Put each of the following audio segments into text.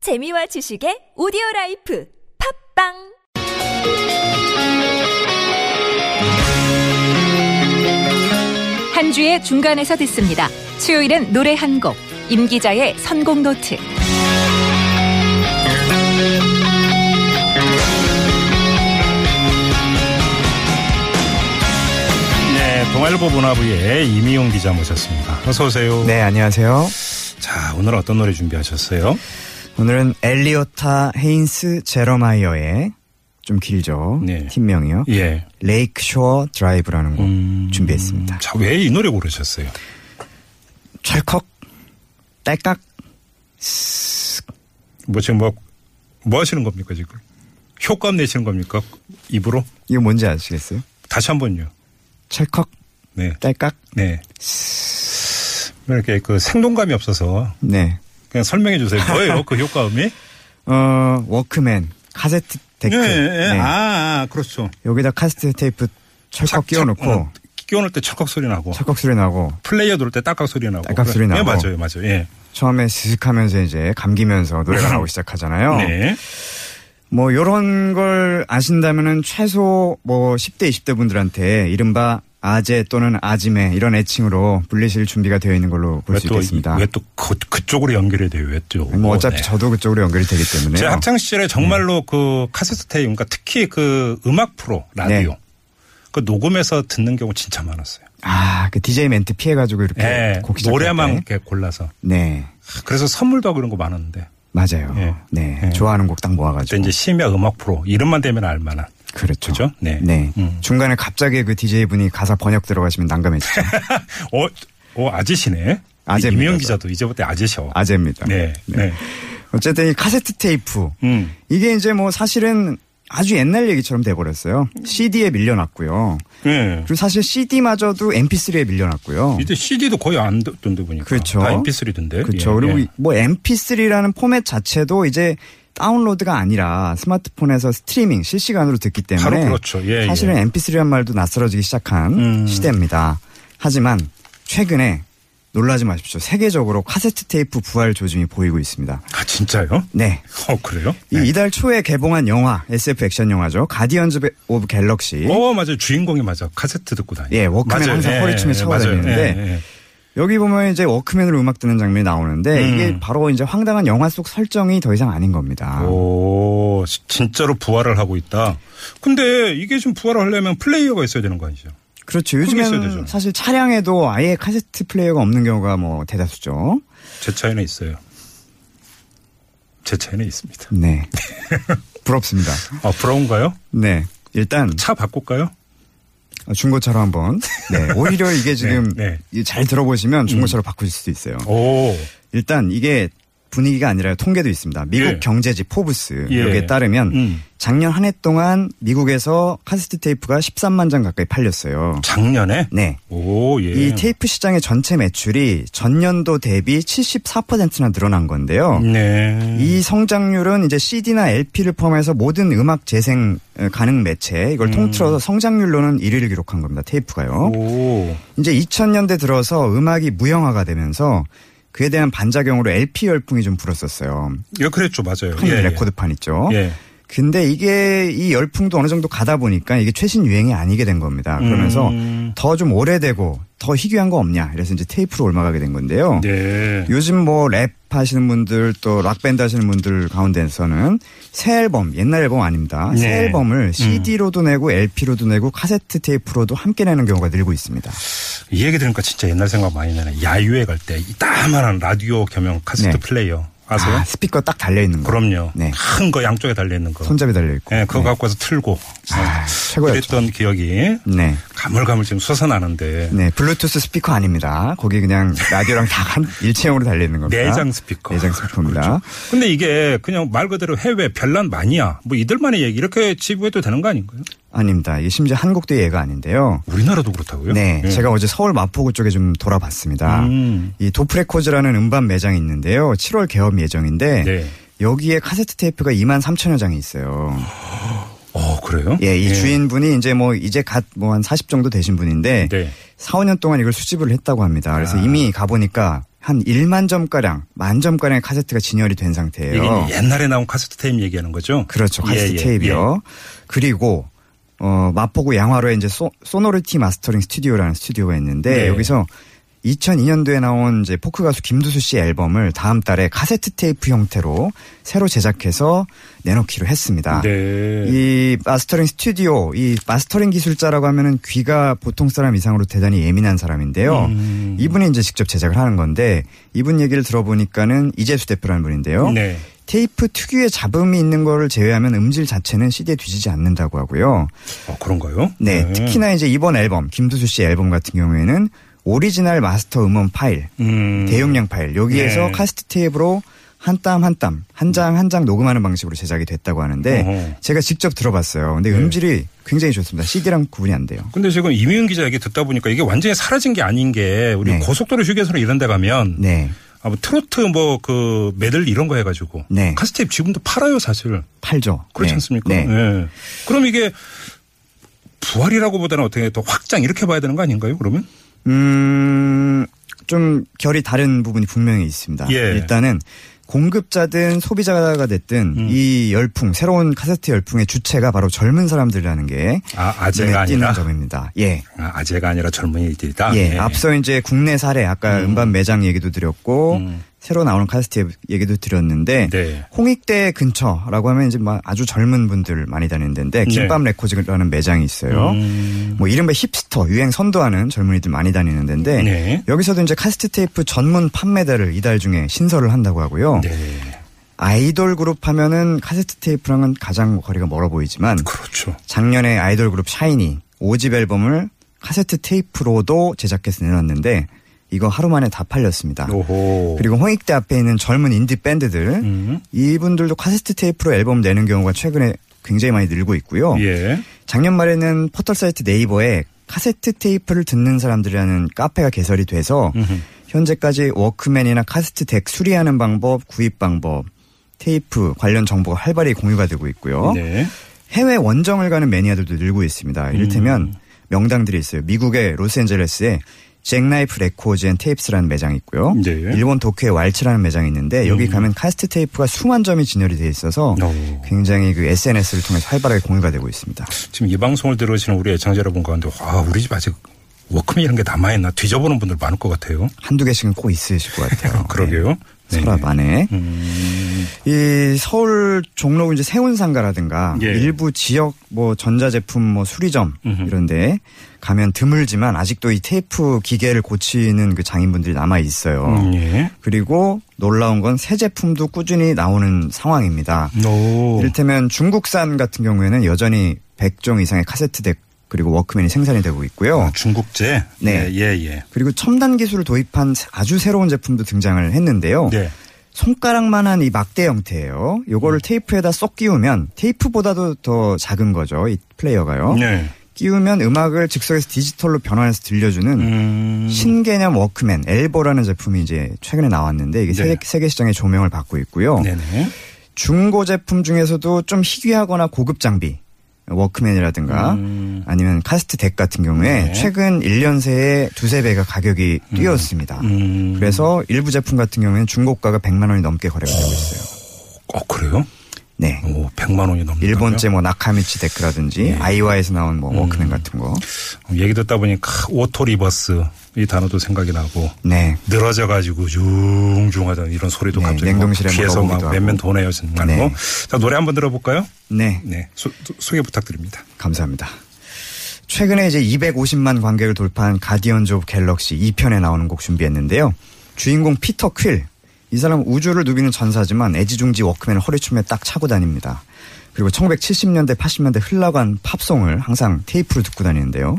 재미와 지식의 오디오 라이프 팝빵 한 주의 중간에서 듣습니다. 수요일은 노래 한 곡, 임 기자의 선곡 노트. 네, 동아일보 문화부의 이미용 기자 모셨습니다. 어서 오세요. 네, 안녕하세요. 자, 오늘 어떤 노래 준비하셨어요? 오늘은 엘리오타 헤인스 제러마이어의 좀 길죠. 네. 팀명이요. 예. 음. 레이크쇼어 드라이브라는 곡 준비했습니다. 자, 왜 이 노래 고르셨어요? 철컥, 딸깍, 뭐 지금 뭐, 뭐 하시는 겁니까, 지금? 효과음 내시는 겁니까? 입으로? 이거 뭔지 아시겠어요? 다시 한 번요. 철컥, 네. 딸깍, 네. 이렇게 그 생동감이 없어서 네. 그냥 설명해 주세요. 뭐예요, 그 효과음이? 어, 워크맨, 카세트 데크. 예, 예. 네. 아, 아, 그렇죠. 여기다 카세트 테이프 철컥 착, 끼워놓고, 착, 어, 끼워놓을 때 철컥 소리 나고. 철컥 소리 나고, 플레이어 돌 때 딸깍 소리 나고. 딸깍 소리 그래. 예, 나고. 맞아요, 맞아요. 예. 처음에 스슥 하면서 이제 감기면서 노래가 나오기 시작하잖아요. 네. 뭐 요런 걸 아신다면은 최소 뭐 10대 20대 분들한테 이른바 아재 또는 아지매 이런 애칭으로 불리실 준비가 되어 있는 걸로 볼 수 있겠습니다. 왜 또 그, 그쪽으로 연결이 돼요? 왜 또? 뭐 어차피 네. 저도 네. 그쪽으로 연결이 되기 때문에 제가 학창 시절에 정말로 그 카세트 테이프, 그러니까 특히 그 음악 프로 라디오 네. 그 녹음해서 듣는 경우 진짜 많았어요. 아, 그 DJ 멘트 피해 가지고 이렇게 예, 네, 곡 시작할 노래만 때. 이렇게 골라서 네. 그래서 선물도 하고 그런 거 많았는데 맞아요. 예. 네. 예. 좋아하는 곡 딱 모아 그때 가지고. 이제 심야 음악 프로 이름만 되면 알만한 그렇죠. 그죠? 네. 네. 음. 중간에 갑자기 그 DJ 분이 가사 번역 들어가시면 난감해지죠. 어, 어 아저씨네. 아재입니다, 이명 저. 기자도 이제부터 아재셔. 아재입니다. 네, 네. 어쨌든 이 카세트 테이프 음. 이게 이제 뭐 사실은 아주 옛날 얘기처럼 돼버렸어요. 네. CD에 밀려났고요. 예. 그리고 사실 CD마저도 MP3에 밀려났고요. 이제 CD도 거의 안 듣던데 보니까. 그렇죠. 다 MP3던데. 예, 그렇죠. 그리고 이- 뭐 MP3라는 포맷 자체도 이제 다운로드가 아니라 스마트폰에서 스트리밍 실시간으로 듣기 때문에 바로 그렇죠. 예, 예. 사실은 MP3란 말도 낯설어지기 시작한 음. 시대입니다. 하지만 최근에 놀라지 마십시오. 세계적으로 카세트 테이프 부활 조짐이 보이고 있습니다. 아 진짜요? 네. 어 그래요? 이- 이달 초에 개봉한 영화 SF 액션 영화죠. 가디언즈 오브 갤럭시. 어 맞아요 주인공이 맞아 카세트 듣고 다니. 예, 워크맨 항상 허리춤에 차고 다니는데 예, 여기 보면 이제 워크맨으로 음악 듣는 장면이 나오는데 음. 이게 바로 이제 황당한 영화 속 설정이 더 이상 아닌 겁니다. 오 시- 진짜로 부활을 하고 있다. 근데 이게 지금 부활을 하려면 플레이어가 있어야 되는 거 아니죠? 그렇죠. 있어야 되죠. 요즘엔 사실 차량에도 아예 카세트 플레이어가 없는 경우가 뭐 대다수죠. 제 차에는 있어요. 제 차에는 있습니다. 네. 부럽습니다. 아 부러운가요? 네. 일단 차 바꿀까요? 중고차로 한번. 네. 오히려 이게 지금 네. 음. 이잘 들어보시면 중고차로 바꾸실 수도 있어요. 오 일단 이게 분위기가 아니라 통계도 있습니다. 미국 예. 경제지 포브스 예. 여기에 따르면 음. 작년 한 해 동안 미국에서 카세트 테이프가 13만 장 가까이 팔렸어요. 작년에 네. 오 예. 이 테이프 시장의 전체 매출이 전년도 대비 74%나 늘어난 건데요. 네. 이 성장률은 이제 CD나 LP를 포함해서 모든 음악 재생 어, 가능 매체 음. 이걸 통틀어서 성장률로는 1위를 기록한 겁니다. 테이프가요. 오 이제 2000년대 들어서 음악이 무형화가 되면서 그에 대한 반작용으로 LP 열풍이 좀 불었었어요. 예, 그랬죠 맞아요. 큰 레코드판 있죠. 예. 근데 이게 이 열풍도 어느 정도 가다 보니까 이게 최신 유행이 아니게 된 겁니다. 그러면서 음. 더 좀 오래되고 더 희귀한 거 없냐. 그래서 이제 테이프로 올라가게 된 건데요. 네. 요즘 뭐 랩 하시는 분들 또 락밴드 하시는 분들 가운데서는 새 앨범, 옛날 앨범 아닙니다. 새 네. 앨범을 CD로도 내고 LP로도 내고 카세트 테이프로도 함께 내는 경우가 늘고 있습니다. 이 얘기 들으니까 진짜 옛날 생각 많이 나네. 야유회 갈 때 이따만한 라디오 겸용 카세트 네. 플레이어 아세요? 아, 스피커 딱 달려있는 거. 그럼요. 네. 큰 거 양쪽에 달려 있는 거. 손잡이 달려있고. 예, 그거 갖고 와서 틀고 아, 최고였죠. 그랬던 기억이 네. 가물가물 지금 솟아나는데 네, 블루투스 스피커 아닙니다. 거기 그냥 라디오랑 다 한 일체형으로 달려있는 겁니다. 내장 스피커. 그렇죠. 내장 스피커입니다. 근데 이게 그냥 말 그대로 해외 별난 마니아 뭐 이들만의 얘기 이렇게 지부해도 되는 거 아닌가요? 아닙니다. 이게 심지어 한국도 예가 아닌데요. 우리나라도 그렇다고요? 네, 예. 제가 어제 서울 마포구 쪽에 좀 돌아봤습니다. 음. 이 도프레코즈라는 음반 매장이 있는데요. 7월 개업 예정인데 네. 여기에 카세트 테이프가 2만 3천여 장이 있어요. 어 그래요? 예, 이 예. 주인분이 이제 뭐 이제 갓 뭐 한 40 정도 되신 분인데 네. 아. 4, 5년 동안 이걸 수집을 했다고 합니다. 그래서 이미 가보니까 한 1만 점가량, 만 점가량의 카세트가 진열이 된 상태예요. 이게 이제 옛날에 나온 카세트 테이프 얘기하는 거죠? 그렇죠. 예, 카세트 예, 테이프요. 그리고 어, 마포구 양화로에 이제 소, 소노리티 마스터링 스튜디오라는 스튜디오가 있는데 네. 여기서 2002년도에 나온 이제 포크 가수 김두수 씨 앨범을 다음 달에 카세트 테이프 형태로 새로 제작해서 내놓기로 했습니다. 예. 네. 아. 이 마스터링 스튜디오, 이 마스터링 기술자라고 하면은 귀가 보통 사람 이상으로 대단히 예민한 사람인데요. 음. 이분이 이제 직접 제작을 하는 건데 이분 얘기를 들어보니까는 이재수 대표라는 분인데요. 네. 테이프 특유의 잡음이 있는 거를 제외하면 음질 자체는 CD에 뒤지지 않는다고 하고요. 어, 그런가요? 네, 특히나 이제 이번 앨범 김두수 씨 앨범 같은 경우에는 오리지널 마스터 음원 파일, 음. 대용량 파일 여기에서 네. 카세트 테이프로 한 땀 한 땀 한 장 한 장 녹음하는 방식으로 제작이 됐다고 하는데 어허. 네. 제가 직접 들어봤어요. 근데 음질이 굉장히 좋습니다. CD랑 구분이 안 돼요. 근데 지금 이미은 기자 얘기 듣다 보니까 이게 완전히 사라진 게 아닌 게 우리 네. 고속도로 휴게소나 이런 데 가면 네, 아, 뭐 트로트 뭐 그 메들 이런 거 해가지고 네. 카스테이프 지금도 팔아요 사실 팔죠. 그렇지 네. 않습니까? 네. 예. 그럼 이게 부활이라고 보다는 어떻게 더 확장 이렇게 봐야 되는 거 아닌가요? 그러면 음, 좀 결이 다른 부분이 분명히 있습니다. 예. 일단은 공급자든 소비자가 됐든 음. 이 열풍, 새로운 카세트 열풍의 주체가 바로 젊은 사람들이라는 게 아, 아재가 눈에 띄는 아니라? 점입니다. 예. 아, 아재가 아니라 젊은이들이다. 예. 예. 앞서 이제 국내 사례, 아까 음. 반 매장 얘기도 드렸고, 새로 나오는 카세트 얘기도 드렸는데, 음. 네. 홍익대 근처라고 하면 이제 막 아주 젊은 분들 많이 다니는 네. 데인데, 김밥 레코즈라는 매장이 있어요. 음. 뭐 이른바 힙스터, 유행 선도하는 젊은이들 많이 다니는 데인데, 네. 여기서도 이제 카세트 테이프 전문 판매대를 이달 중에 신설을 한다고 하고요. 네. 아이돌 그룹 하면은 카세트 테이프랑은 가장 거리가 멀어 보이지만, 그렇죠. 작년에 아이돌 그룹 샤이니 5집 앨범을 카세트 테이프로도 제작해서 내놨는데 이거 하루 만에 다 팔렸습니다. 오호. 그리고 홍익대 앞에 있는 젊은 인디 밴드들 음. 이분들도 카세트 테이프로 앨범 내는 경우가 최근에 굉장히 많이 늘고 있고요. 예. 작년 말에는 포털 사이트 네이버에 카세트 테이프를 듣는 사람들이라는 카페가 개설이 돼서 음흠. 현재까지 워크맨이나 카세트 덱 수리하는 방법, 구입 방법, 테이프 관련 정보가 활발히 공유가 되고 있고요. 네. 해외 원정을 가는 매니아들도 늘고 있습니다. 이를테면 음. 명당들이 있어요. 미국의 로스앤젤레스에 잭나이프 레코즈 앤 테이프스라는 매장이 있고요. 네. 음. 일본 도쿄에 왈츠라는 매장이 있는데 여기 가면 카스트 테이프가 수만 점이 진열이 돼 있어서 오. 굉장히 그 SNS를 통해서 활발하게 공유가 되고 있습니다. 지금 이 방송을 들으시는 우리 애청자 여러분 가운데 와 우리 집 아직 워크맨 이런 게 남아있나 뒤져보는 분들 많을 것 같아요. 한두 개씩은 꼭 있으실 것 같아요. 그러게요. 어, 네. 네. 서랍 안에. 음. 이 서울 종로 이제 세운상가라든가 예. 일부 지역 뭐 전자제품 뭐 수리점 이런데 가면 드물지만 아직도 이 테이프 기계를 고치는 그 장인분들이 남아 있어요. 예. 그리고 놀라운 건 새 제품도 꾸준히 나오는 상황입니다. 오. 이를테면 중국산 같은 경우에는 여전히 100종 이상의 카세트덱 그리고 워크맨이 생산이 되고 있고요. 아, 중국제. 네. 예, 예. 예. 그리고 첨단 기술을 도입한 아주 새로운 제품도 등장을 했는데요. 네. 손가락만한 이 막대 형태예요. 음. 요거를 테이프에다 쏙 끼우면 테이프보다도 더 작은 거죠. 이 플레이어가요. 네. 끼우면 음악을 즉석에서 디지털로 변환해서 들려주는 음. 신개념 워크맨 엘보라는 제품이 이제 최근에 나왔는데 이게 네. 세계, 세계 시장에 조명을 받고 있고요. 네네. 중고 제품 중에서도 좀 희귀하거나 고급 장비 워크맨이라든가 아니면 카스트 덱 같은 경우에 음. 네. 최근 1년 새에 두세 배가 가격이 뛰었습니다. 음. 그래서 일부 제품 같은 경우에는 중고가가 100만 원이 넘게 거래가 되고 있어요. 어, 그래요? 네. 오, 100만 원이 넘는. 일본제 뭐 나카미치 데크라든지 예. 아이와에서 나온 음. 뭐 워크맨 같은 거. 얘기 듣다 보니까 오토 리버스 이 단어도 생각이 나고 네. 늘어져가지고 융중하던 이런 소리도 네, 갑자기 냉동실에 막 귀에서 먹어보기도 막 몇몇 하고. 돈에 여신 거. 네. 자 노래 한번 들어볼까요? 네. 네 소, 소- 소개 부탁드립니다. 감사합니다. 최근에 이제 250만 관객을 돌파한 가디언즈 오브 갤럭시 2편에 나오는 곡 준비했는데요. 주인공 피터 퀼. 이 사람 은 우주를 누비는 전사지만 애지중지 워크맨을 허리춤에 딱 차고 다닙니다. 그리고 1970년대, 80년대 흘러간 팝송을 항상 테이프로 듣고 다니는데요.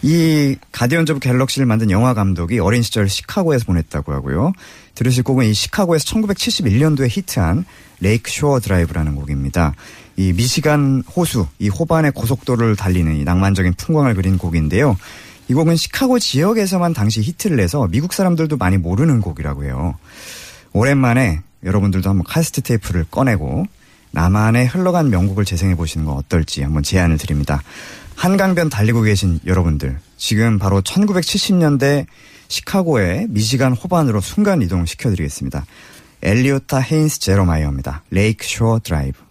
이 가디언즈 오브 갤럭시를 만든 영화 감독이 어린 시절 시카고에서 보냈다고 하고요. 들으실 곡은 이 시카고에서 1971년도에 히트한 레이크 쇼어 드라이브라는 곡입니다. 이 미시간 호수, 이 호반의 고속도로를 달리는 이 낭만적인 풍광을 그린 곡인데요. 이 곡은 시카고 지역에서만 당시 히트를 내서 미국 사람들도 많이 모르는 곡이라고 해요. 오랜만에 여러분들도 한번 카세트 테이프를 꺼내고 나만의 흘러간 명곡을 재생해 보시는 건 어떨지 한번 제안을 드립니다. 한강변 달리고 계신 여러분들 지금 바로 1970년대 시카고의 미시간 호반으로 순간 이동 시켜드리겠습니다. 엘리오타 헤인스 제로마이어입니다. 레이크 쇼어 드라이브.